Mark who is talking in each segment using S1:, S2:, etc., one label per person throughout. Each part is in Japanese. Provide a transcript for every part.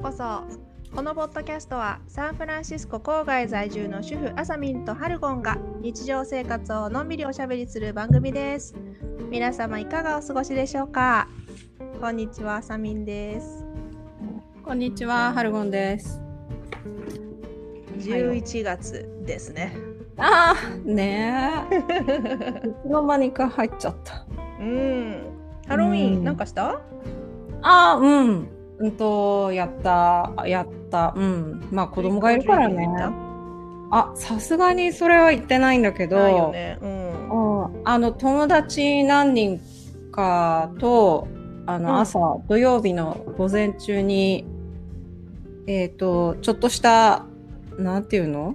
S1: こそこのポッドキャストはサンフランシスコ郊外在住の主婦あさみんとハルゴンが日常生活をのんびりおしゃべりする番組です皆様いかがお過ごしでしょうかこんにちはあさみんです
S2: こんにちは、ハルゴンです。
S1: 11月ですね、
S2: ああ、ねえ。いつの間にか入っちゃった。
S1: うんハロウィ
S2: う
S1: ン
S2: ん
S1: なんかした
S2: ああ、うん。うんと、やった、やった。うん。まあ、子供がいるからね。あ、さすがにそれは言ってないんだけど、
S1: ないよねうん
S2: うんあの、友達何人かと、あ
S1: うん
S2: の、朝、土曜日の午前中に、えっ、と、ちょっとした、なんていうの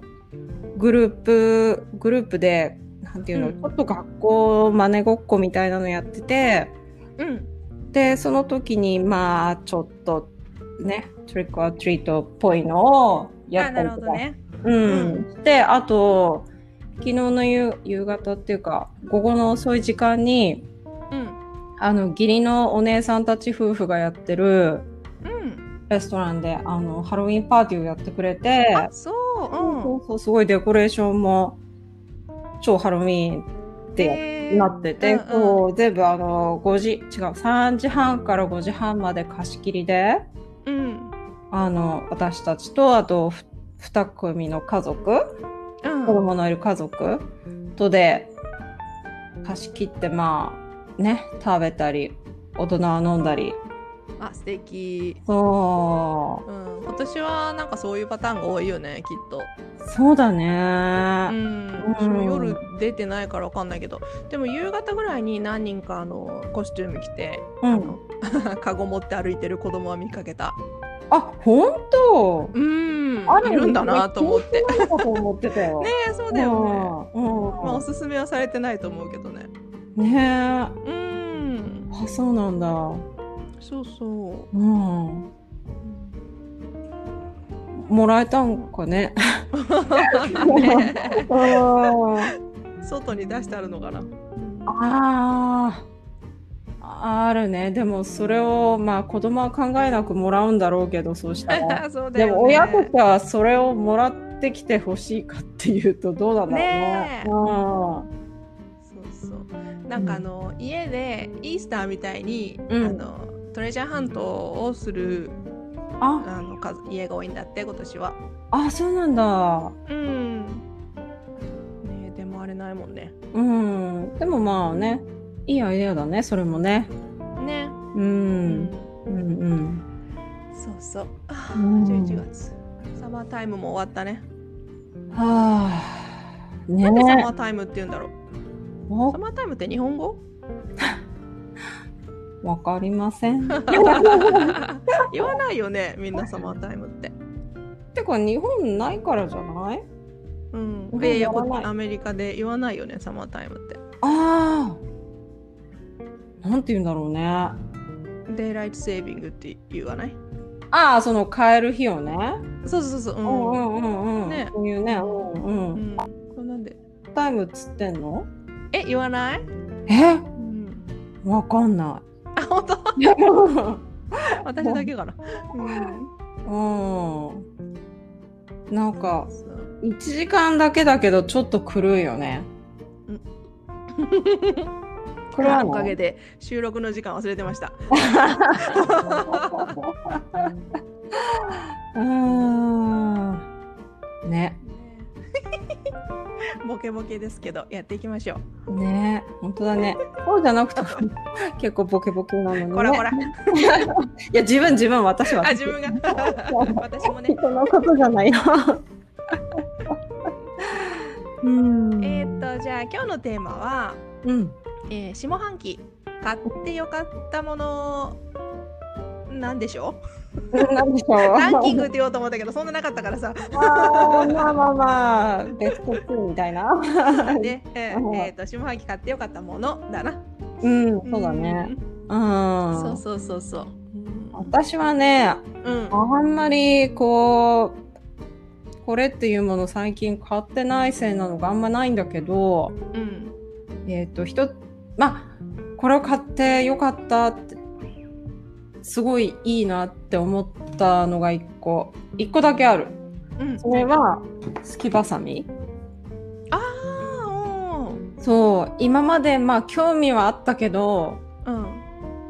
S2: グループ、グループで、なんていうの、
S1: うん
S2: ちょっと学校真似ごっこみたいなのやってて、
S1: うん
S2: で、その時に、まあ、ちょっと、ね、トリックアトリートっぽいのをや
S1: あ
S2: っ
S1: な
S2: たり
S1: るほ
S2: とか
S1: どね
S2: うん、であと昨日の夕夕方っていうか午後の遅い時間に
S1: うん
S2: あの義理のお姉さんたち夫婦がやってる
S1: うん
S2: レストランであのハロウィンパーティーをやってくれて
S1: あそううん
S2: そうそうすごいデコレーションも超ハロウィンってやっ
S1: へー
S2: なってて、
S1: うんうん
S2: こう全部あの5時違う3時半から5時半まで貸し切りで
S1: うん
S2: あの私たちとあと2組の家族
S1: うん
S2: 子供のいる家族とで貸し切ってまあね食べたり大人は飲んだり
S1: あ素敵
S2: そ
S1: うん今年はなんかそういうパターンが多いよねきっと
S2: うそうだ
S1: う
S2: ね、
S1: ん
S2: うん
S1: 私も夜出てないからわかんないけどでも夕方ぐらいに何人かあのコスチューム着て
S2: うん
S1: あの カゴ持って歩いてる子供は見かけた
S2: あ本当
S1: うん
S2: あ
S1: いるんだなと思って
S2: 禁止なのかと思ってたよ
S1: ねえそうだよね
S2: うん
S1: まあおすすめはされてないと思うけどね
S2: うんねえあ
S1: うん
S2: そうなんだ
S1: そう そ
S2: うん
S1: う
S2: もらえたんかね
S1: ね
S2: うん
S1: 外に出してあるのかな
S2: ああ、あるね。でもそれを、まあ子供は考えなくもらうんだろうけど、そうした ら。
S1: そうだ
S2: で
S1: よね
S2: も親としてはそれをもらってきてほしいかっていうとどうなんだろう
S1: ね
S2: ね。
S1: え
S2: うん
S1: そうそうなんかあの、家でイースターみたいに、
S2: うん
S1: あのトレジャーハントをする
S2: あ、
S1: あの数家が多いんだって今年は
S2: あ、そうなんだ。
S1: うんねえでもあれないもんね
S2: うん。でもまあね、いいアイデアだね、それもね。
S1: ね
S2: う。
S1: うん
S2: うん
S1: そうそうあ
S2: うん
S1: 11月サマータイムも終わったね
S2: うん。はあ。ね
S1: なんでサマ
S2: え
S1: ータイムって言うんだろう
S2: わ
S1: サマータイムって日本語
S2: わかりません。
S1: 言わないよねみんなサマータイムって
S2: てか日本ないからじゃない
S1: うん
S2: うん
S1: で
S2: 言
S1: こ
S2: わない
S1: アメリカで言わないよねサマータイムって
S2: ああ。なんて言うんだろうね。あ
S1: デイライトセービングって言わない
S2: あ、その変える日をね。
S1: そうそうそうそうう
S2: う
S1: ん
S2: んうんうんうん。
S1: ね
S2: そういうね。うん
S1: う
S2: うん。
S1: ん、これなんで
S2: タイムっつってんの
S1: え言わない、
S2: え
S1: うん、
S2: わかんな
S1: あ本 当
S2: い。う
S1: 私だけかな、うん、
S2: ん。なんか、
S1: そう
S2: 1時間だけだけど、ちょっと狂いよね。
S1: うん
S2: 狂わない
S1: おかげで収録の時間忘れてました
S2: うーん。ね。
S1: ボケボケですけどやっていきましょ
S2: ねえ、本当だね。そうじゃな くても結構ボケボケなのに、
S1: う
S2: ね。
S1: こらこら
S2: いや、自分、自分、私は。
S1: あ自分 が私もね
S2: 人のことじゃ ないよ。うん。
S1: えーっとじゃあ今日のテーマは、
S2: うん。
S1: えー下半期買ってよかったものなんでしょ
S2: 何でしょう。
S1: うランキングって言おうと思ったけどそんななかったからさ
S2: あーまあまあまあ、ベスト2みたいな。
S1: で、えーえーっと下半期買ってよかったものだな
S2: うん、そうだね。うん。
S1: うんそうそうそうそう
S2: 私はね、
S1: うん
S2: あんまりこう、これっていうもの最近買ってないせいなのがあんまないんだけど、
S1: うん
S2: えっ、と、人、まあ、これを買ってよかったってすごいいいなって思ったのが一個一個だけある
S1: うん
S2: それはすきばさみ
S1: ああ
S2: そう今までまあ興味はあったけど
S1: うんうん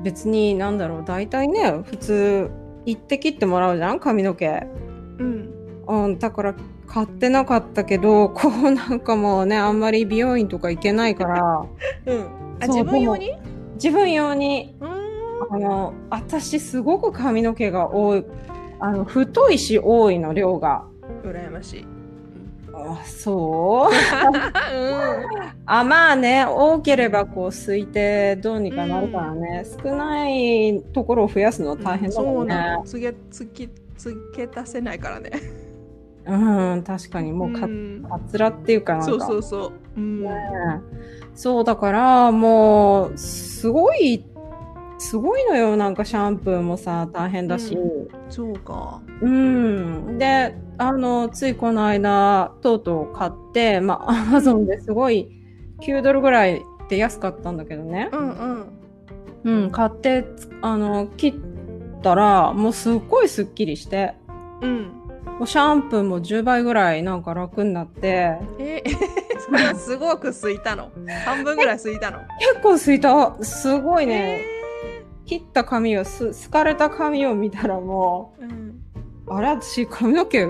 S2: 別になんだろう大体ね普通行って切ってもらうじゃん髪の毛
S1: うん
S2: うん、だから買ってなかったけど こうなんかもうねあんまり美容院とか行けないから
S1: うんあ
S2: そ
S1: 自
S2: う
S1: 分用にう
S2: 自分用に
S1: ーん
S2: あの私すごく髪の毛が多いあの太いし多いの量が
S1: 羨ましい
S2: あそう
S1: う
S2: あまあね多ければこう推いてどうにかなるからね、少ないところを増やすのは
S1: ん
S2: 大変だ
S1: そ
S2: も
S1: うん
S2: ね、
S1: なのつげつきつけ足せないからね
S2: うん、確かにもうか,、
S1: ん
S2: かつらっていうかなんか
S1: そうそうそううん
S2: そうだからもうすごいすごいのよなんかシャンプーもさ大変だし、
S1: そうか
S2: うんであのついこの間とうとう買ってまあアマゾンですごい9ドルぐらいで安かったんだけどね、
S1: うんうん
S2: うん、買ってつあの切ったらもうすっごいすっきりして
S1: うん
S2: もうシャンプーも10倍ぐらいなんか楽になって
S1: え それはすごくすいたの半分ぐらいすいたの
S2: 結構すいたすごいね。
S1: え
S2: 切った髪をすすかれた髪を見たらも
S1: ーうん
S2: うあれ私髪の毛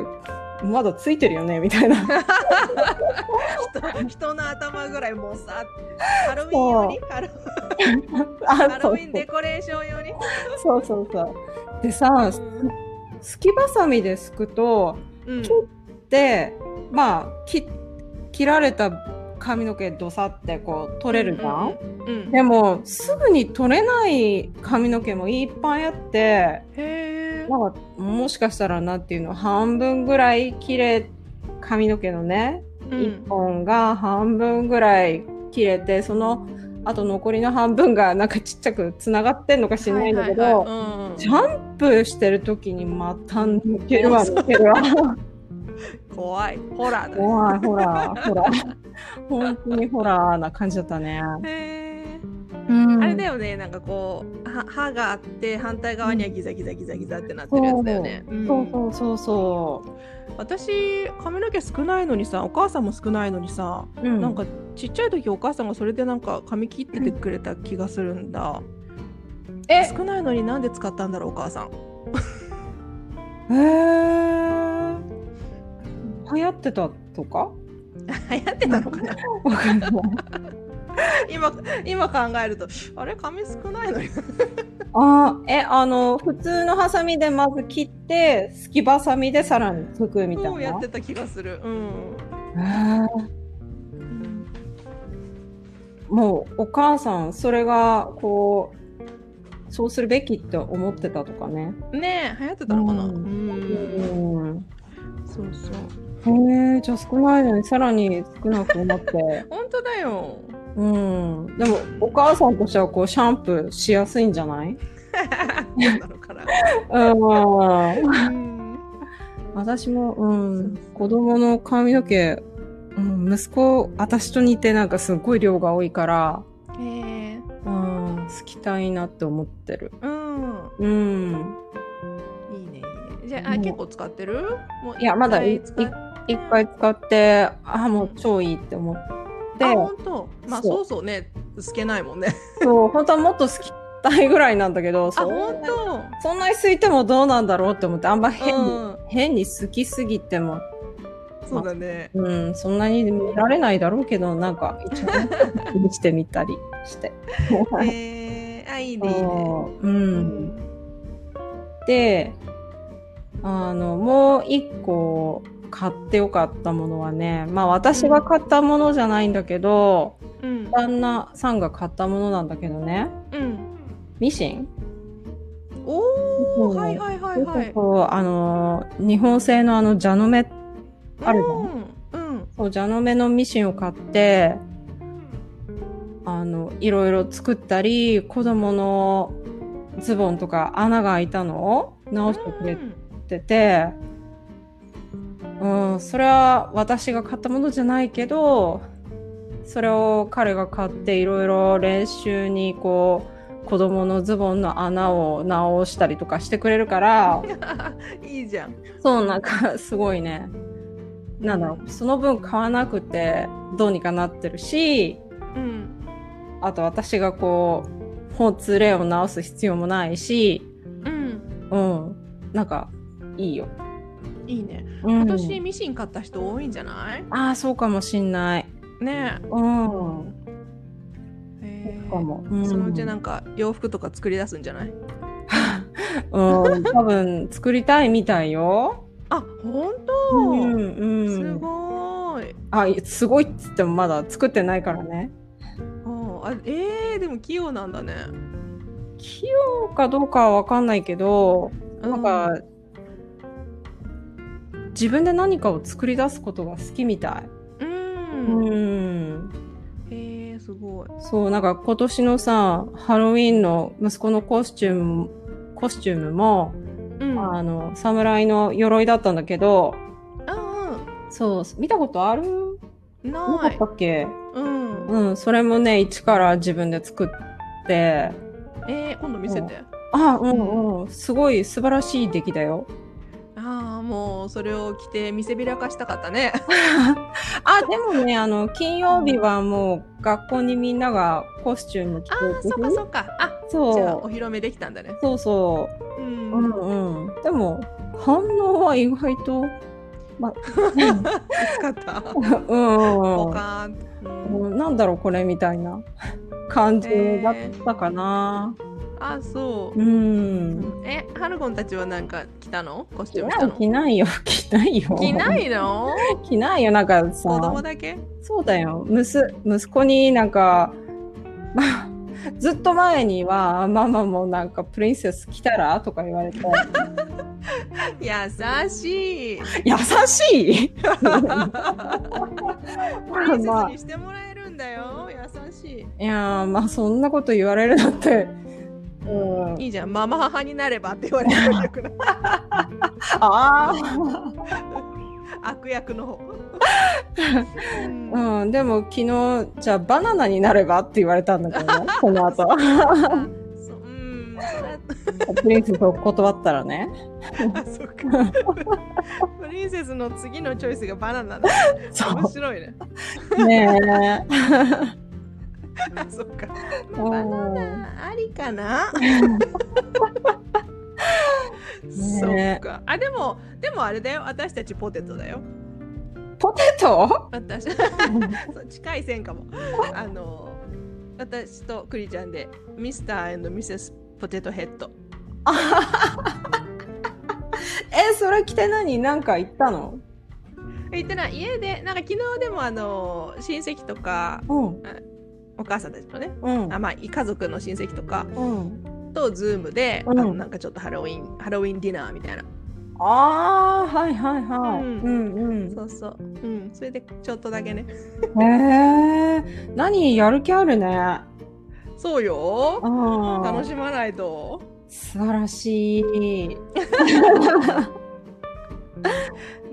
S2: まだついてるよねみたいな
S1: 人人の頭ぐらいもうさハロウィン用にハロハ
S2: あ
S1: ロ
S2: そ
S1: ウ
S2: う
S1: ィンデコレーション用に
S2: そうそうそうでさすきばさみですくと
S1: うん
S2: ちょでまあ切切られた髪の毛どさってこう取れるじゃん、
S1: うん
S2: でもすぐに取れない髪の毛もいっぱいあって
S1: へえ
S2: なんかもしかしたらなっていうの半分ぐらい切れ髪の毛のね1本が半分ぐらい切れてそのあと残りの半分がなんかちっちゃくつながってんのかしないんだけど、シャンプーしてる時にまた抜けるわ抜けるわ
S1: 怖いホラーだね
S2: 怖いほらほら本当にホラーな感じだったね、
S1: へー
S2: うん
S1: あれだよねなんかこうは歯があって反対側にはギザギザギザギザってなってるやつだよねうん
S2: そうそうそうそ
S1: 私髪の毛少ないのにさお母さんも少ないのにさ、
S2: う、うん、
S1: なんかちっちゃい時お母さんがそれでなんか髪切っててくれた気がするんだ
S2: え
S1: 少ないのになんで使ったんだろうお母さん
S2: えー、流行ってたとか
S1: 流行ってたのかな
S2: わかんない
S1: 今今考えるとあれ髪少ないのに
S2: あーえあの普通のハサミでまず切ってすきばさみでさらにつくみた
S1: そう
S2: い
S1: や
S2: な
S1: ってた気がするうん
S2: あーもうお母さんそれがこうそうするべきって思ってたとかね
S1: ねえ流行ってたのかな
S2: う
S1: うんん
S2: うん
S1: そうそう
S2: へえじゃあ少ないのにさらに少なくなって
S1: 本当だ よ
S2: うんでもお母さんとしてはこうシャンプーしやすいんじゃない
S1: そうなのかな
S2: う
S1: う
S2: ん
S1: ん
S2: 私も、う
S1: そうそ
S2: ん、子供の髪の毛、うん、息子、私と似てなんかすごい量が多いから、
S1: えー
S2: うん、好きたいなって思ってる。
S1: うん
S2: う
S1: いい
S2: ん。
S1: ねいいねじゃああ
S2: うん
S1: 結構使ってるもう
S2: いや、まだいい
S1: 一回使っ
S2: 一回使って、あ、もう超いいって思って
S1: あ、本当。まあ
S2: そ
S1: そう
S2: う
S1: そうね、透けないもんね。
S2: そう、本当はもっと好きたいぐらいなんだけど、
S1: あ、
S2: そ
S1: 本
S2: んな
S1: 当。
S2: そんなに空いてもどうなんだろうって思って、あんま 変に、
S1: うん、
S2: 変に好きすぎても、
S1: そうだね。
S2: うん、そんなに見られないだろうけど、なんか、一応、 気にしてみたりして。
S1: えー、あ、いいね、いいね。
S2: そう
S1: う
S2: う、
S1: んん。
S2: であのもう一個買ってよかったものはねまあ私が買ったものじゃないんだけど、
S1: うん。
S2: 旦那さんが買ったものなんだけどね
S1: うん。
S2: ミシン、
S1: お
S2: う
S1: お、
S2: ん
S1: はいはいはいはい。
S2: そうあの日本製のあのジャノメあるじゃん
S1: うん。うん。
S2: そうジャノメのミシンを買ってあのいろいろ作ったり子供のズボンとか穴が開いたのを直してくれてってて、うん、それは私が買ったものじゃないけどそれを彼が買っていろいろ練習にこう子供のズボンの穴を直したりとかしてくれるから、
S1: いいじゃん。
S2: そうなんかすごいね、なんだろう、その分買わなくてどうにかなってるし、
S1: うん。
S2: あと私がこう、ほつれを直す必要もないし、
S1: うん。
S2: うん、なんかいいよ。
S1: いいね。
S2: うん
S1: 今年ミシン買った人多いんじゃない
S2: ああ、そうかもしんない。
S1: ね
S2: うん。
S1: え。へ
S2: そう
S1: ー
S2: かも。
S1: そのうちなんんか洋服とか作り出すんじゃない
S2: うん、多分作りたいみたいよ。
S1: あ、本
S2: うん
S1: 当
S2: うん。
S1: すごーい。
S2: あ、いすごいっつってもまだ作ってないからね。
S1: うんあえー、でも器用なんだね。
S2: 器用かどうかはわかんないけど、なんか、自分で何かを作り出すことが好きみた
S1: う
S2: い。
S1: ん、うん、
S2: うん。
S1: えー、すごい。
S2: そう、なんか今年のさ、ハロウィンの息子のコスチューム、コスチュームも、
S1: うん、うん
S2: あの、侍の鎧だったんだけど、そう、見たことある
S1: うん、
S2: なか
S1: な
S2: っ
S1: い
S2: た。っけ
S1: うん、
S2: うん、それもね、一から自分で作って、
S1: えー、今度見せて。
S2: あ、うんうん、すごい素晴らしい出来だよ。
S1: ああ、もうそれを着て見せびらかしたかったね。
S2: あ、でもね、あの、金曜日はもう学校にみんながコスチューム着て
S1: ああ、そっかそっか。あ、じゃあお
S2: そう。
S1: 披露目できたんだね。
S2: そうそうう。
S1: ん、
S2: うんうん。でも、反応は意外と、 ま、
S1: 使った。
S2: うん
S1: ポカーンと。うん
S2: うん。なんだろう、これみたい な感じだったかな。
S1: あ、そう
S2: う。ん。
S1: え、ハルゴンたちはなんか着たの？コスチュー
S2: 着
S1: ム
S2: な
S1: した
S2: い、
S1: の？
S2: 着ないよ、着ないよ。
S1: 着ないの？
S2: 着ないよ、なんか
S1: 子供
S2: さ、
S1: だけ？
S2: そうだよ、むす息子になんか、 まあ、ずっと前には、ママもなんかプリンセス来たらとか言 われて、
S1: 優しい。
S2: 優し い
S1: プリンセ
S2: ま
S1: ス
S2: あ
S1: にしてもらえるんだよ。優しい。
S2: いやーまあそんなこと言われるなんて、うん、
S1: いいじゃん。ママ母になればって言われる悪 役の
S2: あ
S1: 悪役の方。うん
S2: あ、うん、でも昨日じゃあバナナになればって言われたんだけどね この後
S1: あそううん。それ
S2: プリンセスを断ったらね
S1: あそっか。プリンセスの次のチョイスがバナナだ。
S2: そ
S1: 面白いね。
S2: う ねえ
S1: あ そっか。
S2: う
S1: バ
S2: ん
S1: ナナありか な。そ
S2: ね
S1: っか。あでもでもあれだよ。私たちポテトだよ。
S2: ポテト
S1: 私 そう近い線かも。あの私とクリちゃんでミスターミセスポテトヘッド。
S2: えそれ着て何なんか言ったの
S1: 言ってない家でなんか昨日でもあの親戚とか
S2: うん
S1: お母さんたちのね。
S2: うん
S1: あまあ、家族の親戚とか
S2: うん
S1: とズームで、
S2: うん
S1: あのなんかちょっとハロウィンハロウィンディナーみたいな、
S2: あーはいはいはい、
S1: うん
S2: うん
S1: そうそううんそれでちょっとだけね
S2: うんへえ何やる気あるね
S1: そうよ
S2: うん
S1: 楽しまないと
S2: 素晴らしい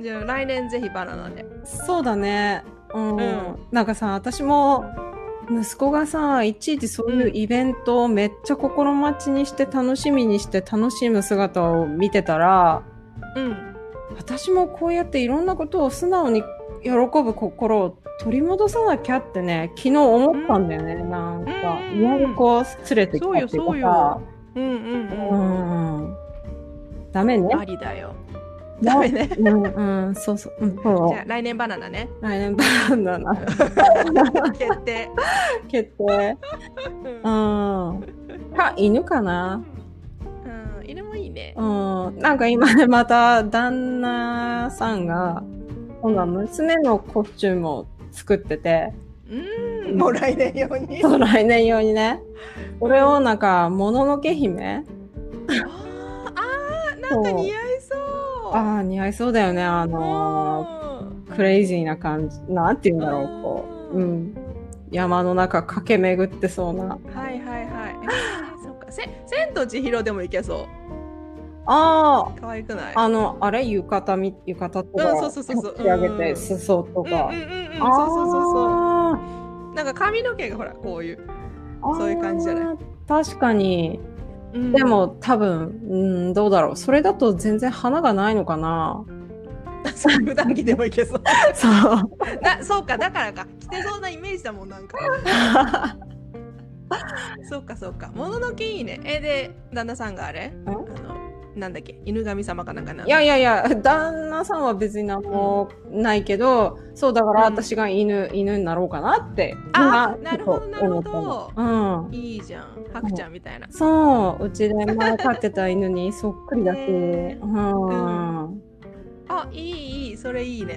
S1: じゃあ来年ぜひバナナで
S2: そうだねうん、
S1: うん
S2: なんかさ私も息子がさいちいちそういうイベントをめっちゃ心待ちにして楽しみにして楽しむ姿を見てたら
S1: うん
S2: 私もこうやっていろんなことを素直に喜ぶ心を取り戻さなきゃってね昨日思ったんだよね、なんか
S1: うん
S2: いろいろこう連れてきたって
S1: そう
S2: い
S1: よそう
S2: うか
S1: ようんう
S2: さ
S1: ん
S2: う
S1: うん
S2: んダメね
S1: ありだよダメね
S2: うんうんそうそう、うん、そ
S1: じゃあ
S2: う
S1: 来年バナナ ね
S2: 来年バナナな
S1: 決定
S2: 決定
S1: うん
S2: う、ん。か、犬かな
S1: うん、犬もいいね
S2: うん。なんか今ね、また旦那さんが、今度は娘のコスチュームを作ってて、
S1: うんもう来年用に
S2: そう来年用にね。これをなんか、もののけ姫
S1: あーあーなんか似合いそう
S2: ああ、似合いそうだよね。あの
S1: うん
S2: ークレイジーな感じ。なんて言うんだろう、こう。
S1: う
S2: うんん。山の中駆け巡ってそうな。
S1: はいはいはい。えーそっか。せ千と千尋でもいけそ
S2: あ
S1: う。可愛くない。
S2: あ、あの、あれ浴衣み、浴衣とか、
S1: うんそうそうそうそう
S2: 立ち上げ
S1: う
S2: て、
S1: ん
S2: 裾と
S1: うんうん
S2: か
S1: うん。うん。
S2: あ
S1: そうそうそう
S2: う
S1: そう。なんか髪の毛がほらこういう。
S2: あー
S1: そういう感じじゃない
S2: 確確かに。
S1: うん
S2: でも多分、うん、どうだろう。それだと全然花がないのかな。
S1: そう普段着でもいけそう
S2: そう。
S1: なそうかだからか着てそうなイメージだもん なんかそうかそうかもののけいいねえで旦那さんがあれあのなんだっけ犬神様かなんかなん
S2: いやいやいや、旦那さんは別に何もないけど、そうだから
S1: うん
S2: 私が犬、犬になろうかなって。
S1: あ
S2: 今
S1: なるほどなるほど
S2: ちょっと思ったのうん。
S1: いいじゃんハクちゃんみたいな
S2: そう、うちで前飼ってた犬にそっくりだし。
S1: へー
S2: うん。
S1: あいいいいそれいいね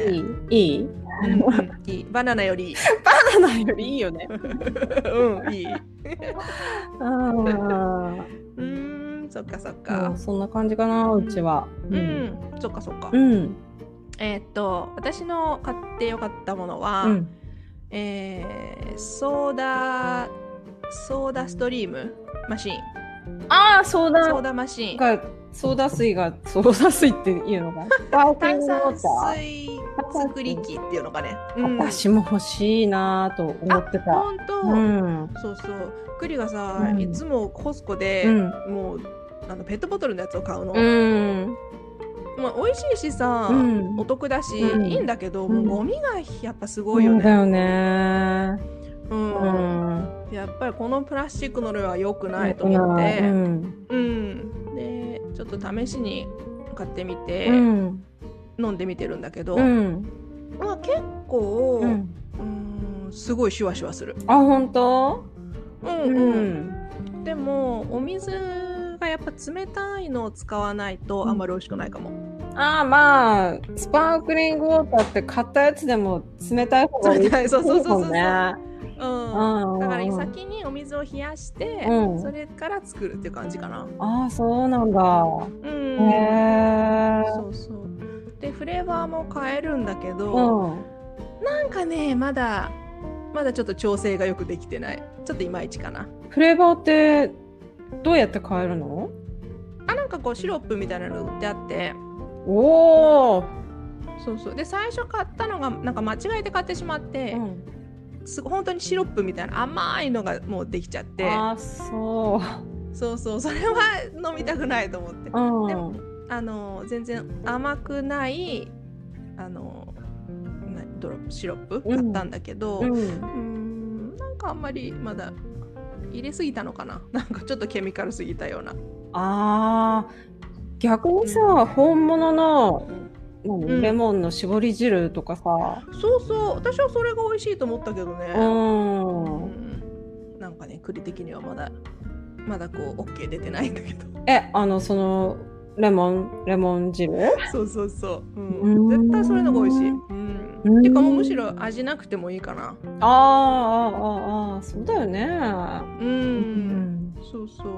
S2: いいいい
S1: うんうんいいバナナよりい い
S2: バナナよりいいよね。
S1: うんいいう
S2: うん。
S1: ーんそっかそっ
S2: う
S1: か
S2: んそんな感じかな、うちは。
S1: うん、。そっかそっか、
S2: うん。
S1: えーっと私の買ってよかったものは、
S2: うん。
S1: えーソーダソーダストリームマシーン
S2: ああ、ソー
S1: ソー
S2: ダ
S1: ダマシーン
S2: が、ソーダ水が、ソーダ水っていう のかな。
S1: 炭酸
S2: あ
S1: 水作り機っていうのかね、うん、
S2: 私も欲しいなぁと思ってた。
S1: 本当、
S2: うん。
S1: そうそうクリがさ、
S2: うん
S1: いつもコスコで、
S2: うん。
S1: もうあのペットボトルのやつを買うの、
S2: うん。
S1: まあ、美味しいしさ、
S2: うん
S1: お得だし、
S2: うん
S1: いいんだけど、
S2: うん
S1: もうゴミがやっぱす
S2: そ
S1: ご
S2: う
S1: いよ
S2: だ
S1: ね、
S2: よね。
S1: うん
S2: うん。
S1: やっぱりこのプラスチックの量は良くないと思って、
S2: うん。
S1: うん、でちょっと試しに買ってみて、
S2: うん。
S1: 飲んでみてるんだけど、
S2: うん。
S1: まあ、結構、う、
S2: うんん。
S1: すごいシュワシュワする。
S2: あ、本当
S1: うん
S2: う
S1: うん
S2: ん。
S1: でもお水がやっぱ冷たいのを使わないとあんまり美味しくないかも。
S2: ああ、まあ、スパークリングウォーターって買ったやつでも冷たい方がいい。
S1: 冷たいそうそうそうそう
S2: ね。
S1: うん
S2: うん
S1: だから先にお水を冷やして、
S2: うん
S1: それから作るっていう感じかな。
S2: ああ、そうなんだ。
S1: うん、
S2: へえ。
S1: そうそうでフレーバーも変えるんだけ
S2: う
S1: ど、
S2: ん。
S1: なんかねまだまだちょっと調整がよくできてないちょっといまいちかな。
S2: フレーバーってどうやって変えるの
S1: あなんかこうシロップみたいなの売ってあって
S2: おお、
S1: そうそうで最初買ったのがなんか間違えて買ってしまって、すご本当にシロップみたいな甘いのがもうできちゃって
S2: あそう、
S1: そうそうそれは飲みたくないと思って
S2: うん、
S1: でもあの全然甘くないあのなドロップシロップ
S2: うん
S1: 買ったんだけど、う
S2: うん
S1: ーんなんかあんまりまだ入れすぎたのかななんかちょっとケミカルすぎたような。
S2: あー逆にさ、本物の何
S1: うん
S2: レモンの絞り汁とかさ、
S1: そうそう私はそれが美味しいと思ったけどね。
S2: うん
S1: うんなんかね栗的にはまだまだこう OK 出てないんだけど
S2: えあのそのレモンレモン汁
S1: そうそうそう、うん
S2: うーん
S1: 絶対それのが美味しい、
S2: う
S1: うんん、てかもうむしろ味なくてもいいかな
S2: あーあーあーあーそうだよね、
S1: うん、
S2: うん
S1: そうそう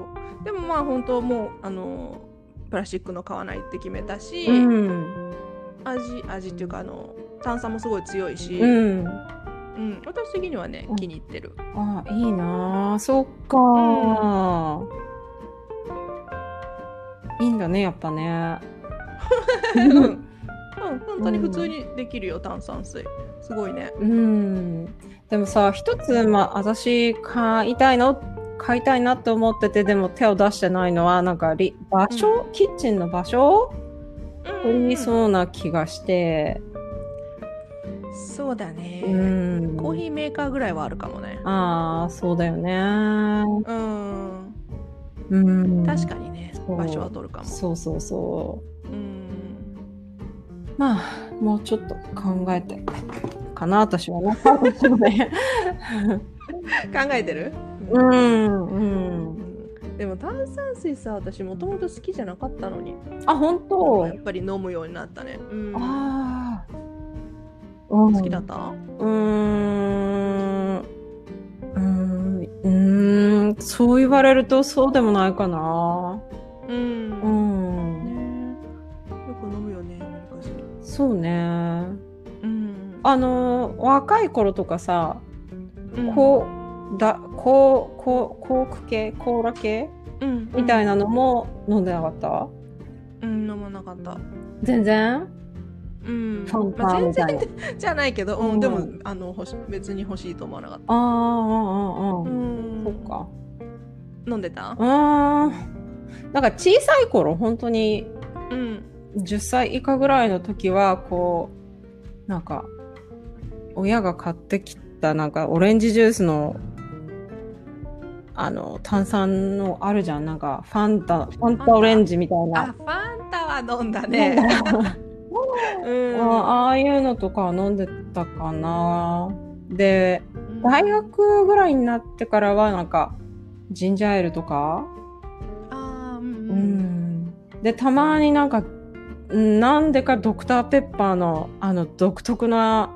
S1: でもまあ本当もうあのプラスチックの買わないって決めたし、
S2: うん
S1: 味味っていうかあの炭酸もすごい強いし、
S2: うん
S1: うん私的にはね
S2: うん
S1: 気に入ってる、
S2: あいいなあそっか、いいんだねやっぱね
S1: うん、うん、本当に普通にできるよ炭酸水すごいね
S2: うんでもさ一つ、まあ、私買いたいの買いたいなって思っててでも手を出してないのはなんかり場所、キッチンの場所
S1: う
S2: 取
S1: ん
S2: りそうな気がして
S1: そうだね、
S2: うん
S1: コーヒーメーカーぐらいはあるかもね。
S2: ああそうだよね
S1: うん、
S2: うん
S1: 確かにね、
S2: そう
S1: 場所は取るかも。
S2: そうそうそう
S1: うん、
S2: まあもうちょっと考えてかな私はね。私もね
S1: 考えてる、
S2: う
S1: うん
S2: うん。
S1: でも炭酸水さ、私もともと好きじゃなかったのに、
S2: あ本当
S1: や。っぱり飲むようになったね。うん、
S2: ああ。
S1: 好
S2: 好
S1: きだった
S2: うーん。うーんうーんそう言われるとそうでもないかな。
S1: う、
S2: うんん。
S1: ねえよく飲むよね、何かしら。
S2: そうね。
S1: うん、
S2: あの若い頃とかさ、
S1: うん、
S2: こうだこうこうコーク系コーラ系
S1: うん、うん、
S2: みたい
S1: な、
S2: なのも飲んでなかった、
S1: うん、飲まなかった。
S2: 全然
S1: うん
S2: ファン、タ
S1: まあ、全
S2: みたいな
S1: 然じゃないけど、う
S2: うん
S1: ん、でも、あの、欲し別に欲しいと思わなかった。
S2: ああ、うんうんうん。
S1: ん
S2: そっか。
S1: 飲んでた
S2: あーなんか小さい頃本当に
S1: うん
S2: 10歳以下ぐらいの時はこうなんか親が買ってきたなんかオレンジジュースのあの炭酸のあるじゃんなんかファンタファンタオレンジみたい
S1: あ
S2: な、
S1: ファンタは飲んだねうん
S2: あああいうのとかは飲んでたかなで
S1: うん
S2: 大学ぐらいになってからはなんかジンジャーエールとか
S1: あーうんう
S2: う
S1: ん
S2: んでたまになんかうんなんでかドクターペッパーのあの独特なあ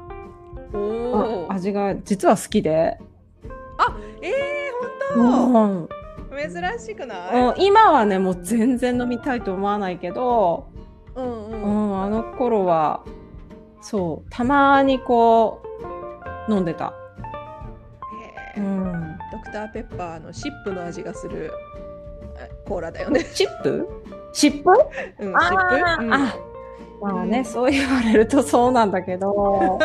S1: おー
S2: 味が実は好きで、
S1: ええ
S2: う
S1: 本
S2: ん
S1: 当珍しくな
S2: う
S1: い
S2: ん今はねもう全然飲みたいと思わないけど、
S1: うんう
S2: うんん、あの頃はそうたまにこう飲んでた、
S1: へ
S2: う
S1: ー
S2: ん、
S1: ドクターペッパーのシップの味がするえコーラだよね
S2: チップシップ
S1: うん
S2: あ
S1: シップ、
S2: ー
S1: うん
S2: あまあね、
S1: うん
S2: そう言われるとそうなんだけど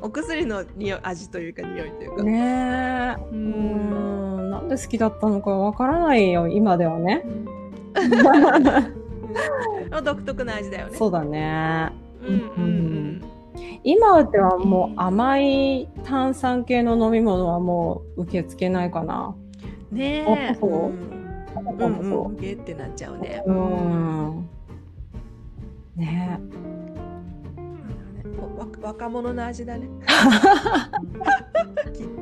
S1: お薬の匂い味というか匂いというか、
S2: ねえ
S1: う
S2: うんんなんで好きだったのかわからないよ今では ね
S1: うん独特な味だよね。
S2: そうだね
S1: うんうん
S2: 今ではもう甘い炭酸系の飲み物はもう受け付けないかな
S1: うん。ね
S2: あ
S1: え。
S2: そう
S1: うんうんうん。ゲーってなっちゃうね。
S2: うんね
S1: おわ若者の味だ ね。きっと。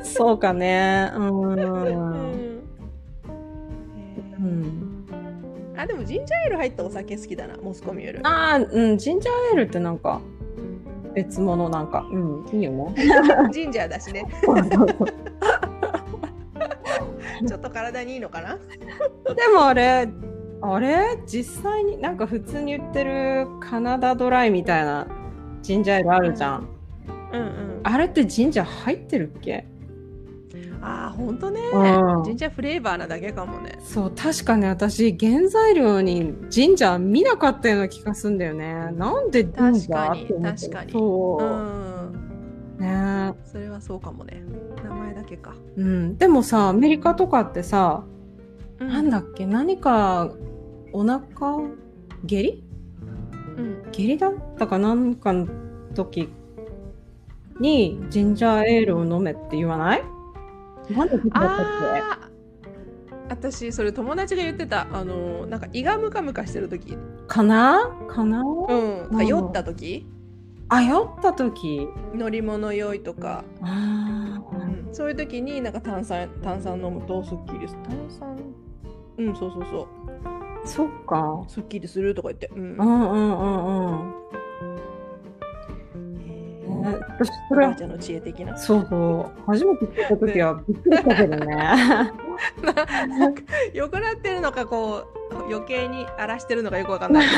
S2: えそうかねうん、
S1: う
S2: うん
S1: んあでもジンジャーエール入ったお酒好きだなモスコミュール。
S2: ああうんジンジャーエールってなんか別物なんかうんいいよね
S1: ジンジャーだしね。
S2: で
S1: ちょっと体にいいのかな。
S2: もあれあれ実際になんか普通に売ってるカナダドライみたいなジンジャーエールあるじゃん、
S1: うんうん。
S2: あれってジンジャー入ってるっけ
S1: ああ本当ね
S2: う。ん
S1: ジンジャーフレーバーなだけかもね。
S2: そう確かね私原材料にジンジャー見なかったような気がするんだよねなんでジンジャーって思って
S1: 確かにう
S2: そ
S1: ん。
S2: う、ね
S1: それはそうかもね。名前だけか。
S2: うん、でもさアメリカとかってさ、
S1: う
S2: なんだ。っけ何かお腹下痢
S1: うん。
S2: 下痢だったかなんかの時にジンジャーエールを飲めって言わないなんで時だったっけ
S1: ああ。私それ友達が言ってたあのなんか胃がムカムカしてる時、
S2: かなかな、
S1: うん、とか酔った時、
S2: あ酔った時
S1: 乗り物酔いとか、
S2: あ
S1: う
S2: ー
S1: ん、そういう時になんか炭酸炭酸飲むとすっきりす炭酸うんそうそうそ
S2: そっか
S1: うすっきりするとか言って、うん
S2: う、んうんうんうん
S1: へー
S2: ね私そ
S1: お
S2: れ
S1: ばあちゃんの知恵的な
S2: そうそう初めて聞いた時はびっくりしたけどね
S1: よくなってるのかこう余計に荒らしてるのかよくわかんない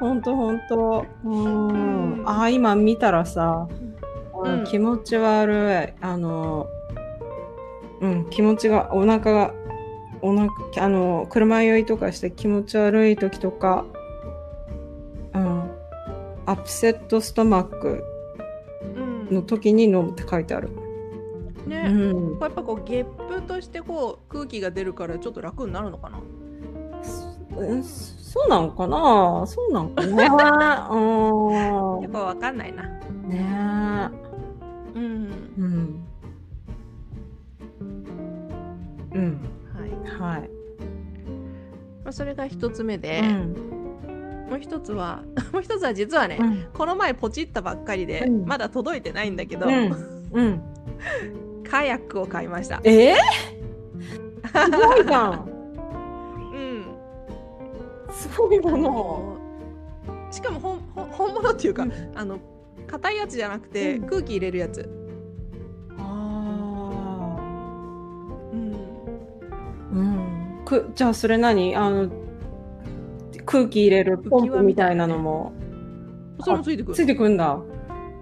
S2: ほんとほんとうん
S1: うん
S2: あー今見たらさ、
S1: うん
S2: うん気持ち悪いあのうん気持ちがお腹がお腹あの車酔いとかして気持ち悪い時とかうんアップセットストマック
S1: うん
S2: の時に飲むって書いてある、
S1: ね、
S2: うん、
S1: やっぱこうゲップとしてこう空気が出るからちょっと楽になるのかな
S2: うんそうなんかなそうなん かなう
S1: やっぱわかんないな。
S2: んね
S1: うん。
S2: えうんうん
S1: はい。ま
S2: はい、
S1: あ、それが一つ目で、
S2: うん
S1: もう一つは、 もう一つは実はね、
S2: うん
S1: この前ポチったばっかりで、
S2: うん
S1: まだ届いてないんだけど、
S2: うんうん
S1: カヤックを買いました。
S2: えー、すごいじゃん
S1: うん。
S2: すごいもの
S1: のしかも本本本物っていうか、
S2: うん
S1: あの硬いやつじゃなくて、
S2: うん
S1: 空気入れるやつ。うん。
S2: あーうんくじゃあそれ何あの空気入れるポンプみたいなのも
S1: それもついてくる。
S2: ついてくんだ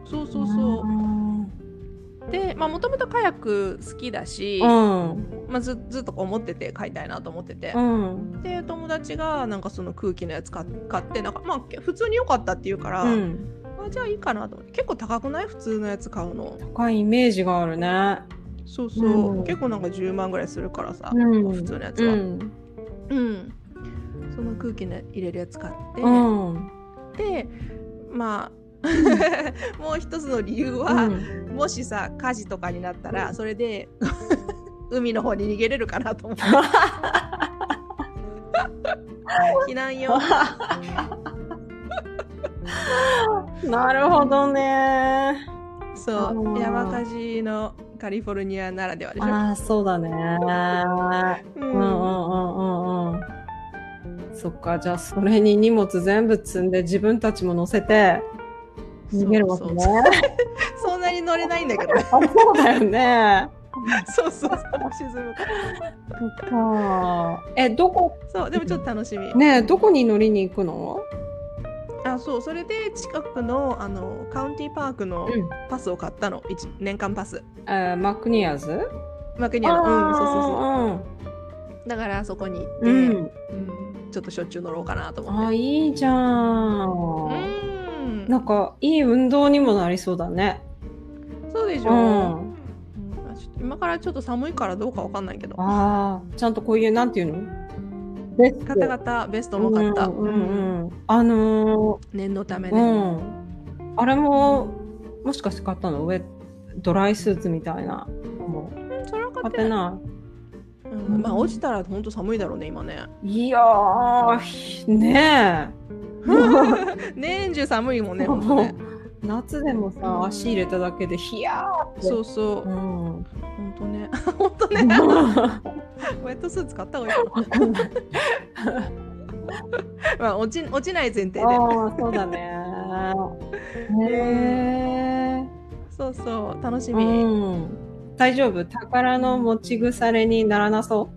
S1: そうそうそ
S2: ん
S1: う。で、まあもともとカヤック好きだし、
S2: うん
S1: まあずずっとこう思ってて買いたいなと思ってて。
S2: うん
S1: で友達がなんかその空気のやつ買買ってなんかまあけ普通に良かったって言うから、
S2: うん
S1: あじゃあいいかなと思って結構高くない普通のやつ買うの
S2: 高いイメージがあるね。
S1: そうそう、
S2: うん
S1: 結構なんか10万ぐらいするからさ、
S2: うん
S1: 普通のやつ
S2: う
S1: は
S2: ん
S1: うん、その空気の入れるやつ買って、
S2: うん
S1: でまあ もう一つの理由
S2: う
S1: は、
S2: ん
S1: もしさ火事とかになったらそれで 海の方に逃げれるかな と思って避難用
S2: なるほどね
S1: そ
S2: あ
S1: う
S2: ー
S1: 山火事のカリフォルニアならではでしょ、
S2: ああそうだね
S1: う
S2: うんう
S1: ん
S2: んうんうんうんそっかじゃあそれに荷物全部積んで自分たちも乗せて逃げるわけね
S1: そうそうそんなに乗れないんだけどね
S2: あそうだよね
S1: そうそうそう沈むから
S2: そっかえどこ
S1: そうでもちょっと楽しみ、
S2: ねえどこに乗りに行くの
S1: あそうそれで近くのあのカウンティーパークの
S2: うん
S1: パスを買ったの、一年間パス
S2: えーマクニアーズ
S1: マクニアのうんそうそうそううだからそこに行って、
S2: んうん、
S1: うんちょっとしょっちゅう乗ろうかなと思
S2: あ
S1: っ
S2: ー
S1: て
S2: いいじゃ
S1: うんん
S2: なんかいい運動にもなりそうだね
S1: そうでしょ、
S2: う
S1: うん
S2: ん
S1: あちょっと今からちょっと寒いからどうかわかんないけど
S2: あーちゃんとこういうなんていうのベスト
S1: 方々ベストも買った、
S2: うんうんうん、あの
S1: 念のため
S2: ー
S1: ね、
S2: うんあれももしかして買ったのウェドライスーツみたいなのも
S1: それは買
S2: 買
S1: っ
S2: って
S1: な
S2: て
S1: い
S2: な
S1: うん、まあ落ちたら本当寒いだろうね今 ね
S2: いいやーひね
S1: 年中寒いもん
S2: え、
S1: ね本当ね
S2: 夏でもさ足入れただけでひや
S1: そうそう
S2: ー、うん、
S1: 本当ね 本当 ね ウェットスーツ買った方がいいかなまあ落ち落ちない前提で
S2: ああ、そうだね。へえ。
S1: そうそう楽しみ、
S2: うん。大丈夫宝の持ち腐れにならなそ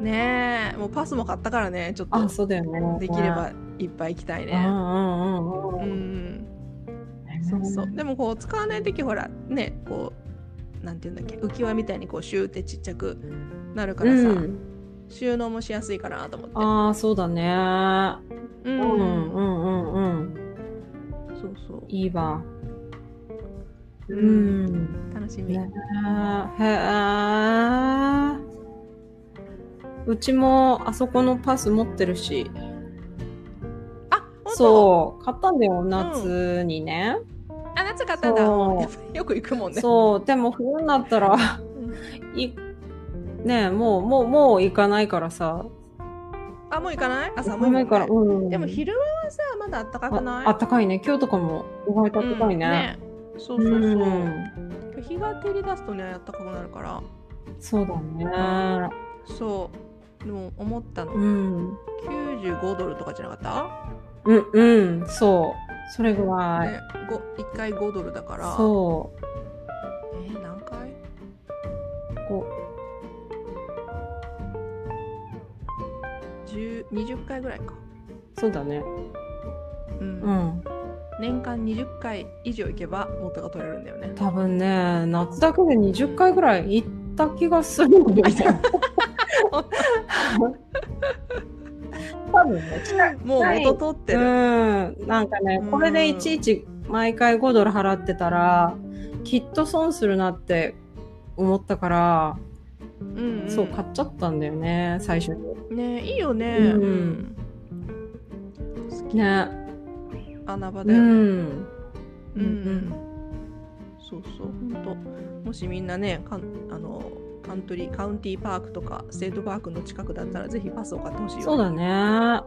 S2: う
S1: ねえもうパスも買ったからねちょっ
S2: あ、
S1: と
S2: そうだよね。
S1: できればいっぱい行きたい
S2: うん。う
S1: ね
S2: んうん
S1: う
S2: うん
S1: ん
S2: うん。
S1: そうそう。でもこう使わない時ほらねこうなんていうんだっけ浮き輪みたいにこうシューってちっちゃくなるからさ、
S2: うん、
S1: 収納もしやすいかなと思って
S2: ああ、そうだね。
S1: う、
S2: うんんうんうんうん。
S1: そうそう
S2: いいわ。う
S1: うん
S2: ん。
S1: 楽しみ、
S2: ねへえ。うちもあそこのパス持ってるし。
S1: あ本当
S2: そう、買ったんだよ、夏にね。
S1: あ夏買ったんだ
S2: そう
S1: やっぱりよく行くもんね
S2: そう、でも冬になったら、いねえもう、もう、もう行かないからさ。
S1: あもう行かないあ
S2: 行か
S1: 寒いもん、
S2: な
S1: ね、
S2: いから、うん。
S1: でも昼間はさまだ暖かくない
S2: ああったかいね。今日とかも意外とあったかいね。
S1: うんそううそうそう、
S2: ん
S1: 日が照り出すとね暖かくなるから
S2: そうだね。
S1: そうでも思ったの、
S2: うん。
S1: 95ドルとかじゃなか
S2: うん、うん、そう。それぐ
S1: った、
S2: らい。
S1: ね、ご1回5ドルだから
S2: そう。
S1: えー何回
S2: こ
S1: 10 20回ぐらいか、
S2: うそうだね。
S1: うん
S2: うん。
S1: 年間20回以上行けば元が取れるんだよね
S2: 多分ね、夏だけで20回ぐらい行った気がするんだよね。多分ね、
S1: もう元取ってる、
S2: うん、なんかね
S1: うん、
S2: これでいちいち毎回5ドル払ってたら、きっと損するなって思ったから、
S1: うんうん
S2: そう、買っちゃったんだよね、最初に。
S1: ねいいよね、
S2: うん
S1: 好き
S2: ね。
S1: 穴場
S2: う
S1: だよね、
S2: ん。
S1: うんうんそうそう本当もしみんなねかんあのカントリーカウンティーパークとかステートパークの近くだったらぜひパスを買ってほしいよ、
S2: そうだね。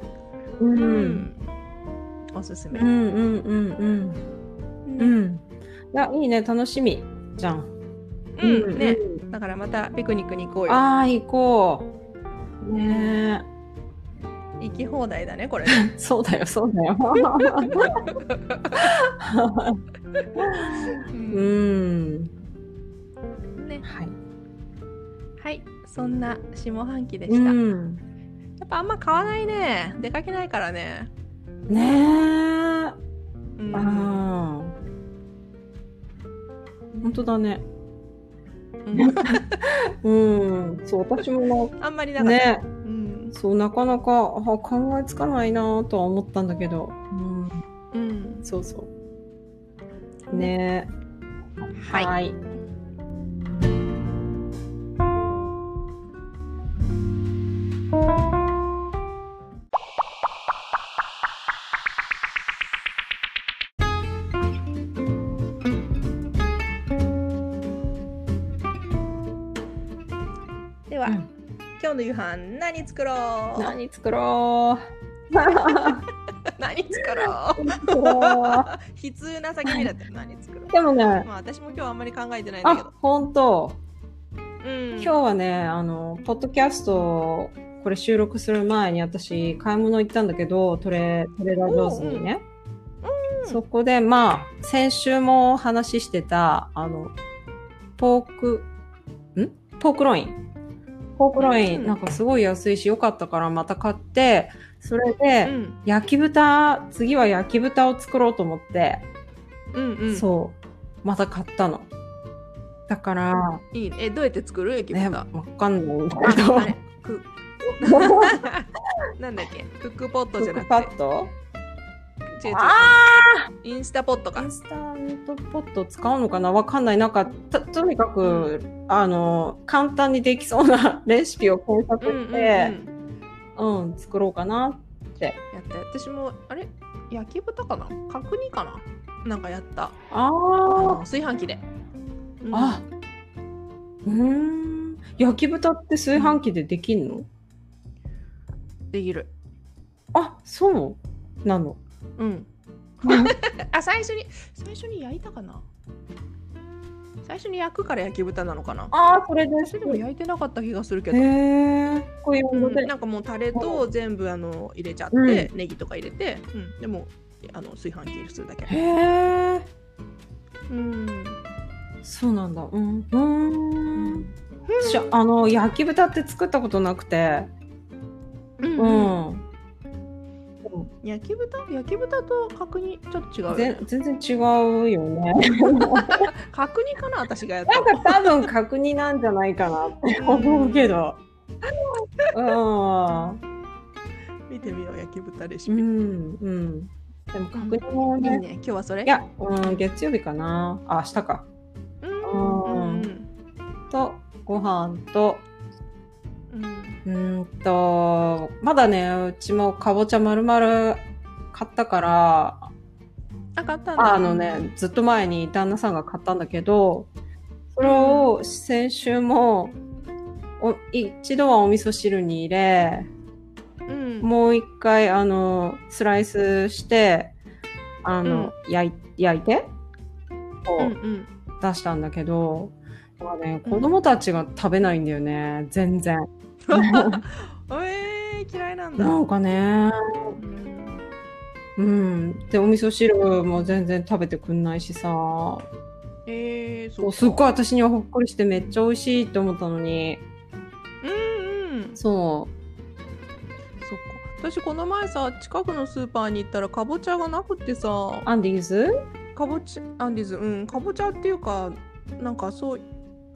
S2: う。
S1: うんんおすす
S2: う
S1: め、
S2: んうんうんうん。う
S1: ね
S2: ん。いや、いいね、楽しみ。じゃん。
S1: うん
S2: うん
S1: ねだからまたピクニックに行こうよ
S2: ああ、行こう。ね
S1: 行き放題だねこれ
S2: え。 そうだよ、そうだよ。
S1: う
S2: うんん。
S1: ね
S2: はい。
S1: はいそんな下半期でした、や
S2: うん。
S1: っぱあんま買わないね出かけないからね
S2: ねえ。
S1: うん
S2: あー本当だね。
S1: うん
S2: うん。そう、私も
S1: あんまりな
S2: な
S1: かった、
S2: ね、
S1: うん
S2: そう、なかなかあ考えつかないなぁとは思ったんだけど。うん。
S1: うん
S2: そうそう。ねえ。
S1: はい
S2: はい
S1: では、
S2: うん
S1: 今日の夕飯何作ろう
S2: 何作ろう
S1: 何作 ろう
S2: 作ろう
S1: 悲痛な叫びだったよ何作ろう
S2: でも ね
S1: まあ私も今日あんまり考えてないんだけ
S2: あ
S1: ど、
S2: 本当
S1: うん、
S2: 今日はねあのポッドキャストこれ収録する前に私買い物行ったんだけどトレトレーダー上手にね、
S1: うん
S2: そこでまあ先週もお話ししてたあのポークんポークロインポークロイン、
S1: うん
S2: なんかすごい安いし良かったからまた買ってそれで、
S1: うん
S2: 焼き豚次は焼き豚を作ろうと思って、
S1: うんうん
S2: そうまた買ったのだから
S1: いいねえどうやって作る焼き
S2: ね、
S1: 豚、
S2: わかんないんだけど
S1: ああれ くなんだっけクックポットじゃな
S2: パ
S1: く
S2: ッド
S1: て違う違う
S2: あ
S1: インスタポット
S2: あイ
S1: か
S2: ンスタントポット使うのかなわかんない。なんか、ととにかく、あの、簡単にできそうな レシピを検索
S1: うんうん、
S2: し
S1: うん、
S2: て
S1: や、
S2: うん作ろうかな。
S1: った私もあれ焼き豚かな角煮かななんかやった
S2: あ
S1: あ
S2: ー
S1: の炊飯器で、うん
S2: あ。うーん。焼き豚って炊飯器でできんの、
S1: できる
S2: あ、そうなの。
S1: うん あ最初に最初に焼いたかな最初に焼くから焼き豚なのかな
S2: ああ、それで
S1: それでも焼いてなかった気がするけ
S2: へ
S1: ど、
S2: え。こういう
S1: う
S2: の
S1: ん
S2: で。
S1: なんかもうタレと全部あの入れちゃって、
S2: う
S1: ネギとか入れて、うん、でもあの炊飯器にするだけ
S2: へえ。
S1: うん
S2: そうなんだ。うん。うーん。しあの、焼き豚って作ったことなくて。
S1: うんうん
S2: うん。
S1: 焼き豚焼き豚と角煮ちょっと違うよね
S2: ぜ全然違うよね。
S1: 角煮かな私がやっ
S2: な
S1: た
S2: んか多分角煮なんじゃないかなって思うけど。うん。
S1: 見てみよう焼き豚レシ
S2: う
S1: ピ、い
S2: ん。うん。でも角煮も
S1: い
S2: ね。
S1: ね今日はそれ
S2: いや、うん、月曜日かな。あ、明日か。
S1: うん
S2: うん
S1: うん
S2: と、ご飯と、
S1: うん
S2: うーんと、まだね、うちもかぼちゃ丸々買ったから、
S1: あ買ったんだ
S2: あのね、ずっと前に旦那さんが買ったんだけど、それを先週も、お一度はお味噌汁に入れ、
S1: うん
S2: もう一回、あの、スライスして、あの、焼い焼いて、
S1: う
S2: こ
S1: んうん
S2: う出したんだけど、なんかね、子供たちが食べないんだよね、全然。
S1: えー、嫌いなんだ、
S2: なんかね、
S1: うん
S2: うん。で、お味噌汁も全然食べてくんないしさ、
S1: えー、そう
S2: そう
S1: か
S2: すっごい私にはほっこりしてめっちゃ美味しいって思ったのに、
S1: うんうんそっ
S2: そ
S1: か私この前さ近くのスーパーに行ったらかぼちゃがなくてさ
S2: う。アンディーズ
S1: かぼちゃアンディーズうんかぼちゃっていうかなんかそう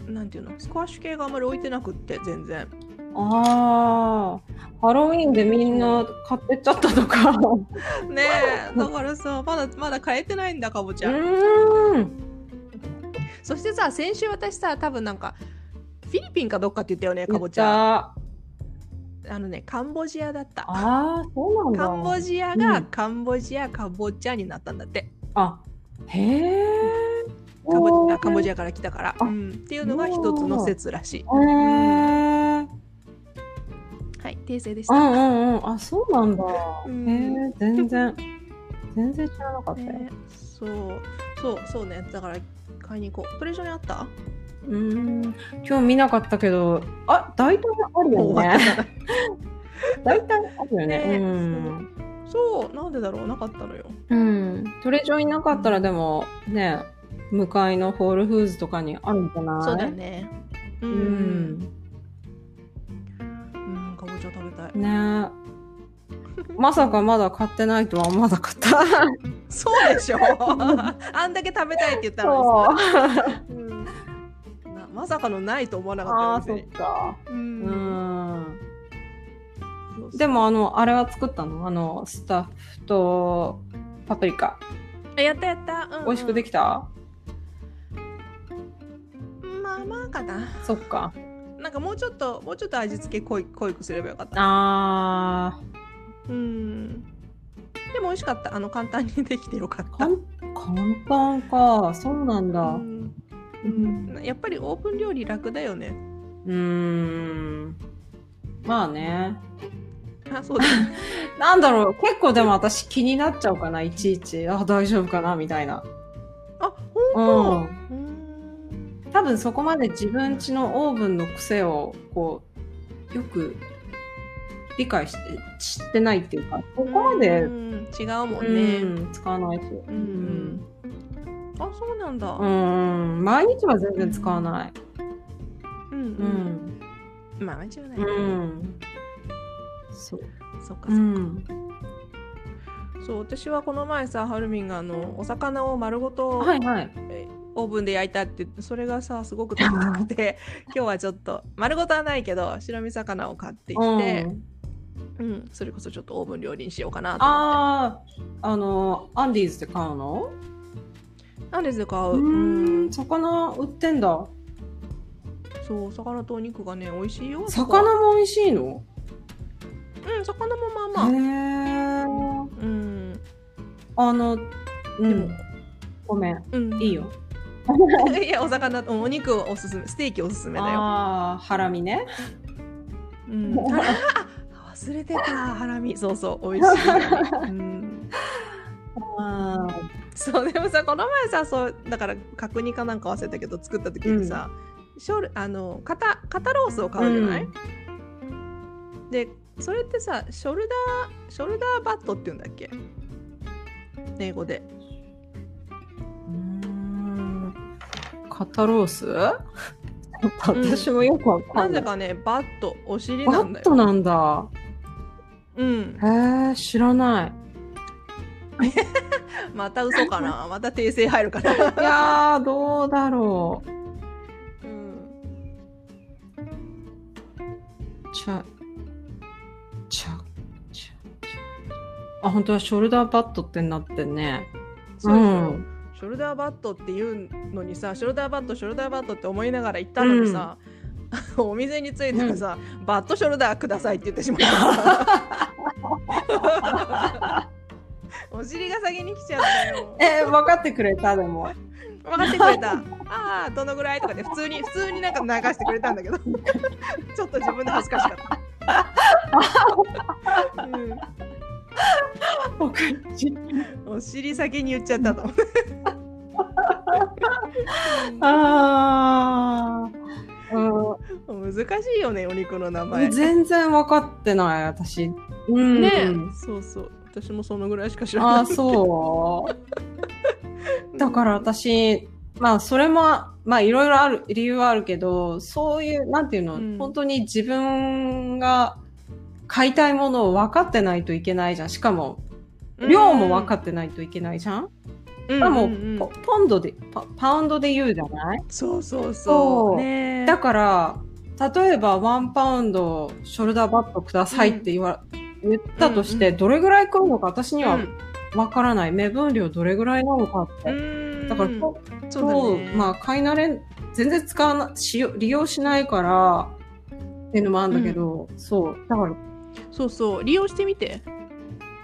S1: なんていうのスクワッシュ系があんまり置いてなくって全然
S2: ああ。ハロウィンでみんな買ってっちゃったとか。う
S1: ねえだからさまだまだ買えてないんだかぼちゃ、
S2: ーん。
S1: そしてさ先週私さ多分なんかフィリピンかどっかって言ったよねかぼちゃ
S2: ゃ。
S1: あのねカンボジアだった
S2: ああ、そうなんだ。
S1: カンボジア
S2: う
S1: が
S2: ん
S1: カンボジアかぼちゃになったんだって、
S2: あ、へえ。
S1: カボジアカボ
S2: ア。
S1: ジアから来たから、
S2: あ
S1: うん、っていうのが一つの説らしい
S2: へえ。
S1: はい訂正でし
S2: う
S1: た、
S2: んうんうん。あ、そうなんだ。
S1: うん
S2: へえ、全然。全然知らなかったよ。
S1: ねそうそうそうねだから買いに行こうプレジョンにあった
S2: うーん。今日見なかったけど、あ、大体あるよね。 大体あるよね。
S1: ね
S2: うん。
S1: そうなんでだろうなかったのよ
S2: うん、トレジョいなかったらでもね向かいのホールフーズとかにあるんじゃない
S1: そうだよねう、
S2: うんん
S1: うん、かぼちゃ食べたい
S2: ねまさかまだ買ってないとは思わなかった
S1: そう でしょあんだけ食べたいって言ったの
S2: そう
S1: に、うんなまさかのないと思わなか
S2: あ
S1: っ
S2: あ
S1: たよ
S2: そっ
S1: 別に
S2: か
S1: う
S2: うんん
S1: そうそう
S2: でもあのあれは作ったのあのスタッフとパプリカ
S1: あやったやった、うんうん
S2: 美味しくできた、
S1: まあまあかな
S2: そっか
S1: なんかもうちょっともうちょっと味付け濃い濃いくすればよかった
S2: あ
S1: うんでも美味しかったあの簡単にできてよかっ
S2: ー
S1: た
S2: かん簡単かそうなんだ
S1: うんうんやっぱりオープン料理楽だよね
S2: ううーん。まあね。
S1: あ そうですね
S2: なんだろう、結構でも私気になっちゃうかな、いちいち。あ、大丈夫かな、みたいな。
S1: あ
S2: う
S1: 本
S2: ん。
S1: 当うーん
S2: 多分そこまで自分家のオーブンの癖を、こう、よく理解して、知ってないっていうか、そこまで、
S1: う
S2: うん
S1: 違うもんね
S2: ん使わないし。
S1: うんあそうなんだ
S2: うん。うん。毎日は全然使わない。
S1: うんう
S2: うんん。
S1: まあ間違いない、
S2: うん。そう。
S1: そうかそう
S2: う
S1: か、
S2: ん。
S1: そう私はこの前さハルミンがあのお魚を丸ごと、
S2: はいはい。
S1: えオーブンで焼いたって言ってそれがさすごく食べたく て今日はちょっと丸ごとはないけど白身魚を買ってきて、
S2: うん
S1: うんそれこそちょっとオーブン料理にしようかなと思っ
S2: ああ、あの、アンディーズで買うの
S1: てなんですか
S2: う
S1: うん
S2: ん、魚売ってんだ。
S1: そう魚とお肉がね美味しいよそこは
S2: 魚も美味しいの
S1: うん魚もまあまあ
S2: へー
S1: うん
S2: あの、う
S1: でも
S2: ん、ごめん、
S1: うん
S2: いいよ。
S1: いやお魚うんお肉をおすすめステーキおすすめだよ、
S2: ああ、ハラミね。
S1: うん、 あ忘れてたハラミそうそう美味しいよね、うん
S2: あ
S1: そうでもさこの前さそうだから角煮かなんか忘れたけど作った時にさ、ショールあの肩肩ロースを買うじゃない、でそれってさショルダーショルダーバットって言うんだっけ英語で
S2: うん。肩ロースち ょっと私もよくわか
S1: なんん
S2: な
S1: で
S2: い。
S1: かねバットお尻な
S2: バ
S1: んだ
S2: ッ
S1: よ
S2: トなんだ。
S1: うん
S2: へえ、知ら ない。
S1: また嘘かなまた訂正入るかな、
S2: いやー、どうだろう。
S1: うん、
S2: ちゃ、ちゃ、ちゃ、ちゃ。あ、本当はショルダーバットってなってんね。
S1: そうでしょ、
S2: ん
S1: ショルダーバットっていうのにさショルダーバットショルダーバットって思いながら行ったのにさ、お店に着いたらさ、バットショルダーくださいって言ってしまったお尻が先に来ちゃったよ
S2: えー分かってくれたでも。
S1: 分かってくれたああどのぐらいとかで普通に普通になんか流してくれたんだ けどちょっと自分で恥ずかしかった、う
S2: おかしい
S1: ん、お尻先に言っちゃったと思って
S2: あー
S1: 難しいよねお肉の名
S2: う
S1: 前
S2: ん、全然分かってない私。うん、
S1: ね、そうそう私もそのぐらいしか知ら
S2: あ
S1: な
S2: あ
S1: い
S2: そう。だから私まあそれもまあいろいろある理由はあるけどそういうなんていうの、
S1: うん
S2: 本当に自分が買いたいものを分かってないといけないじゃん。しかも量も分かってないといけないじゃん。
S1: うん
S2: しかも、
S1: うんうんうん
S2: ポポンドでパパウンドで言うじゃない
S1: そうそう
S2: そ
S1: そううね
S2: だから例えば1パウンドショルダーバットくださいって言わ、言ったとして、
S1: うんう
S2: どれぐらい食うのか私に
S1: う
S2: は
S1: ん
S2: わからない、目分量どれぐらいなのかって、
S1: うん
S2: だから
S1: そ
S2: そう
S1: だ
S2: う、
S1: ね
S2: まあ買い慣れ全然使わなしよ利用しないからっていうのもあるんだけど、そうだから
S1: そうそう利用してみて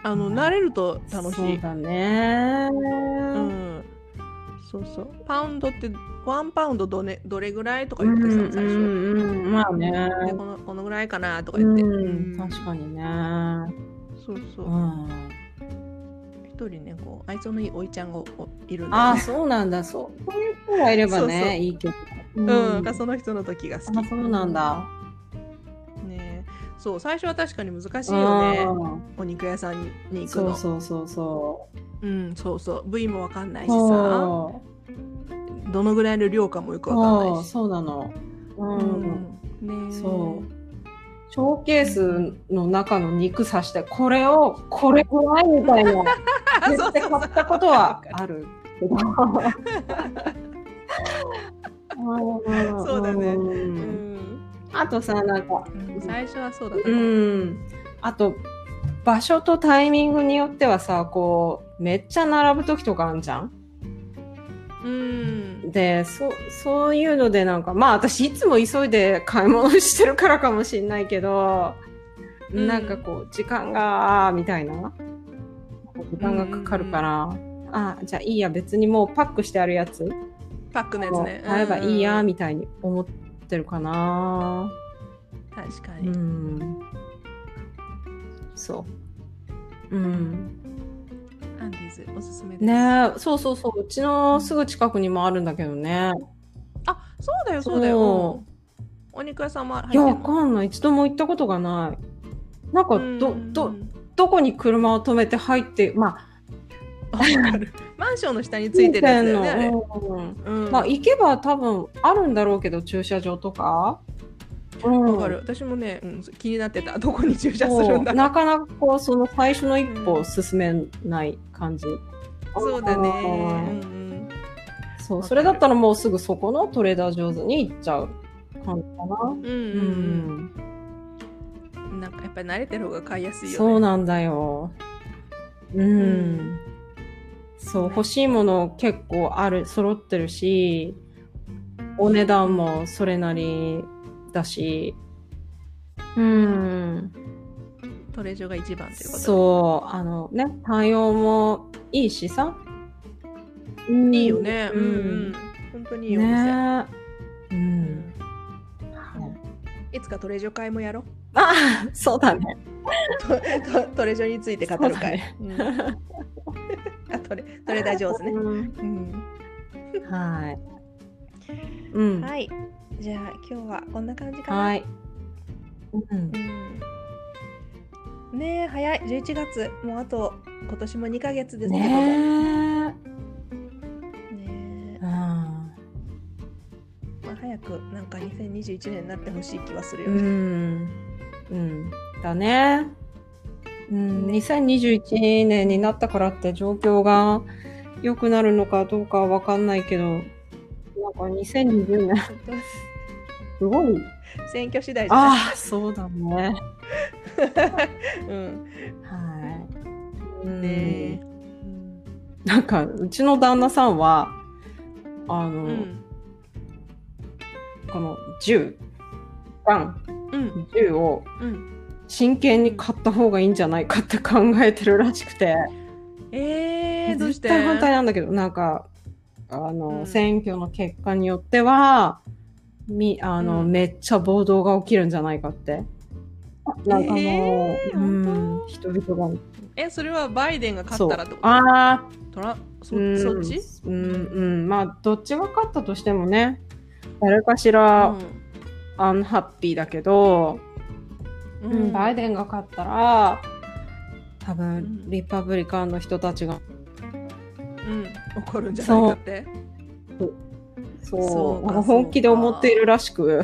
S1: あの慣れると楽し
S2: そう
S1: い
S2: だね、
S1: うんそうそうパウンドってワンパウンドど,、ね、どれぐらいとか言ってさ最
S2: う
S1: 初
S2: んうんうんまあね、
S1: でこのこのぐらいかなとか
S2: う
S1: 言って、
S2: ん、
S1: うん
S2: 確かにね、
S1: そうそううん一人ねこう愛想のいいおいちゃんがおいるん
S2: あ
S1: だ
S2: あ、
S1: よね
S2: そうなんだ。そう、そういう人がいればね、
S1: そうそう
S2: いいけど。
S1: うん、がその人の時が好き
S2: あそうなんだ。
S1: ねそう最初は確かに難しいよね
S2: うん
S1: お肉屋さんに行く
S2: そ
S1: の
S2: うそうそうそう。
S1: うん、そうそう部位もわかんないしさ
S2: そ
S1: どのぐらいの量かもよく
S2: う
S1: わかんな
S2: そう
S1: いし
S2: そうなの。うん。
S1: うんね
S2: そうショーケースの中の肉刺して、これをこれぐらいみたいな。
S1: あ そう
S2: 言
S1: そ
S2: っ
S1: う
S2: て
S1: そう
S2: 買ったことはあるけど。
S1: そうだねうんん
S2: あとさ、なんか、
S1: 最初はそうだった
S2: う
S1: かも
S2: ん、あと場所とタイミングによってはさこうめっちゃ並ぶ時とかあんじゃん
S1: うん
S2: でそそういうのでなんかまあ私いつも急いで買い物してるからかもしんないけど、
S1: うん
S2: なんかこう時間がみたいな時間がかかるから、あじゃあいいや別にもうパックしてあるやつ
S1: パックのやつ
S2: もう
S1: ね
S2: 買えばいいや
S1: うん
S2: みたいに思っってるかな。
S1: 確か
S2: う
S1: に、
S2: ん。そう。うん。
S1: アンディーズおすすめです
S2: ねえそうそうそう。うちのすぐ近くにもあるんだけどね。
S1: あそうだよそうだようんお肉屋さんも入っ
S2: い
S1: て
S2: や、
S1: るの
S2: わかんない。一度も行ったことがない。なんか、
S1: うん
S2: ど、ど、どこに車を止めて入って、まあ、
S1: わかるマンションの下についてるやつだよねあれ
S2: 近辺のうん
S1: うん
S2: まあ、行けば多分あるんだろうけど、駐車場とか。うん
S1: わかる私もね、うん、気になってたど こに駐車す
S2: そ
S1: る
S2: うん
S1: だ
S2: なかなかこう、その最初の一歩
S1: う
S2: を
S1: ん
S2: 進めない感じ。
S1: そうだねうん
S2: あー
S1: うんわ
S2: そう、
S1: かる
S2: それだったらもうすぐそこのトレーダー上手に行っちゃう感じかな。
S1: うんうん
S2: う
S1: うん
S2: ん。
S1: なんかやっぱり慣れてる方が買いやすいよね。
S2: そうなんだよ。うん。
S1: うん
S2: そう、欲しいもの結構ある、揃ってるし、お値段もそれなりだし、うん。
S1: トレジョが一番ということう
S2: そう、あのね、対応もいいしさ。うん
S1: いいよね。う
S2: うんん。
S1: うん。本当にいいお店。
S2: ねう。
S1: うんんいつかトレジョ会もやろう。
S2: ああ、そうだね。
S1: トトトレジョについて語る会。うんあトレトレーダー上手ね。
S2: うん
S1: うん
S2: はい。うん。はい。
S1: はい。じゃあ今日はこんな感じかな。
S2: うん
S1: う、んねえ早い11月もうあと今年も2ヶ月ですけどもね
S2: ね
S1: え
S2: え、う、ん
S1: まあ、早くなんか2021年になってほしい気はするよ
S2: う
S1: ね。
S2: ん、うん、だね。うん、2021年になったからって状況が良くなるのかどうかは分かんないけど、なんか2020年、
S1: 本当に
S2: すごい。
S1: 選挙次第じゃない
S2: ああ、そうだね。
S1: うん、
S2: はい。うん
S1: ね
S2: なんか、うちの旦那さんは、あの、
S1: えうん
S2: この銃、ガン、
S1: うん
S2: 銃を
S1: うん
S2: 真剣に買った方がいいんじゃないかって考えてるらしくて。
S1: えー、どうして
S2: 絶対反対なんだけど、なんか、あの、
S1: うん
S2: 選挙の結果によっては、み、あの、
S1: うん
S2: めっちゃ暴動が起きるんじゃないかって。なんかもう、
S1: えー
S2: うん、人々が。
S1: えそれはバイデンが勝
S2: そ
S1: っ
S2: う
S1: たらってこと
S2: ああ、
S1: トラそ
S2: うん
S1: そっち
S2: うんうんまあどっちが勝ったとしてもね誰かしら、アンハッピーだけ
S1: うん
S2: ど、うんバイデンが勝ったら多
S1: う
S2: 分
S1: ん
S2: リパブリカンの人たちが
S1: うん、怒るんじゃないかって
S2: そう
S1: そうか
S2: なんか本気で思っているらしく。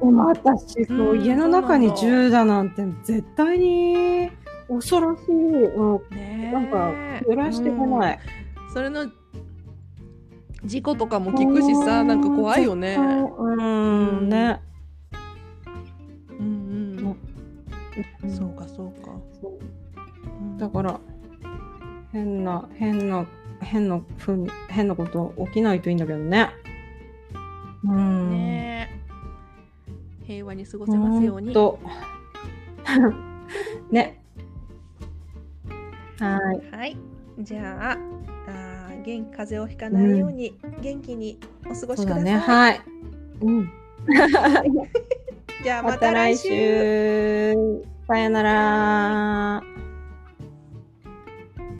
S2: でも私そう、
S1: うん
S2: 家の中に
S1: そうなん
S2: 銃だなんて絶対に恐ろしい、うん
S1: ねえ
S2: なんか暮らしてこない、
S1: うんそれの事故とかも聞くしさなんか怖いよね
S2: 絶対うんね、
S1: うんうん
S2: ん
S1: そうかそうか
S2: そう
S1: うん
S2: だから変な変な変なふうに変なこと起きないといいんだけどね。うん。
S1: ねえ平和に過ごせ
S2: ほ
S1: ますように
S2: んとね。はい。
S1: はい、じゃああー元風邪をひかないように、元気にお過ご
S2: そ
S1: し
S2: う
S1: くだ
S2: だ
S1: さい。
S2: ね。はい。うん。
S1: じゃあ
S2: ま
S1: ま
S2: た
S1: た
S2: 来
S1: 来週。
S2: 週。さよなら。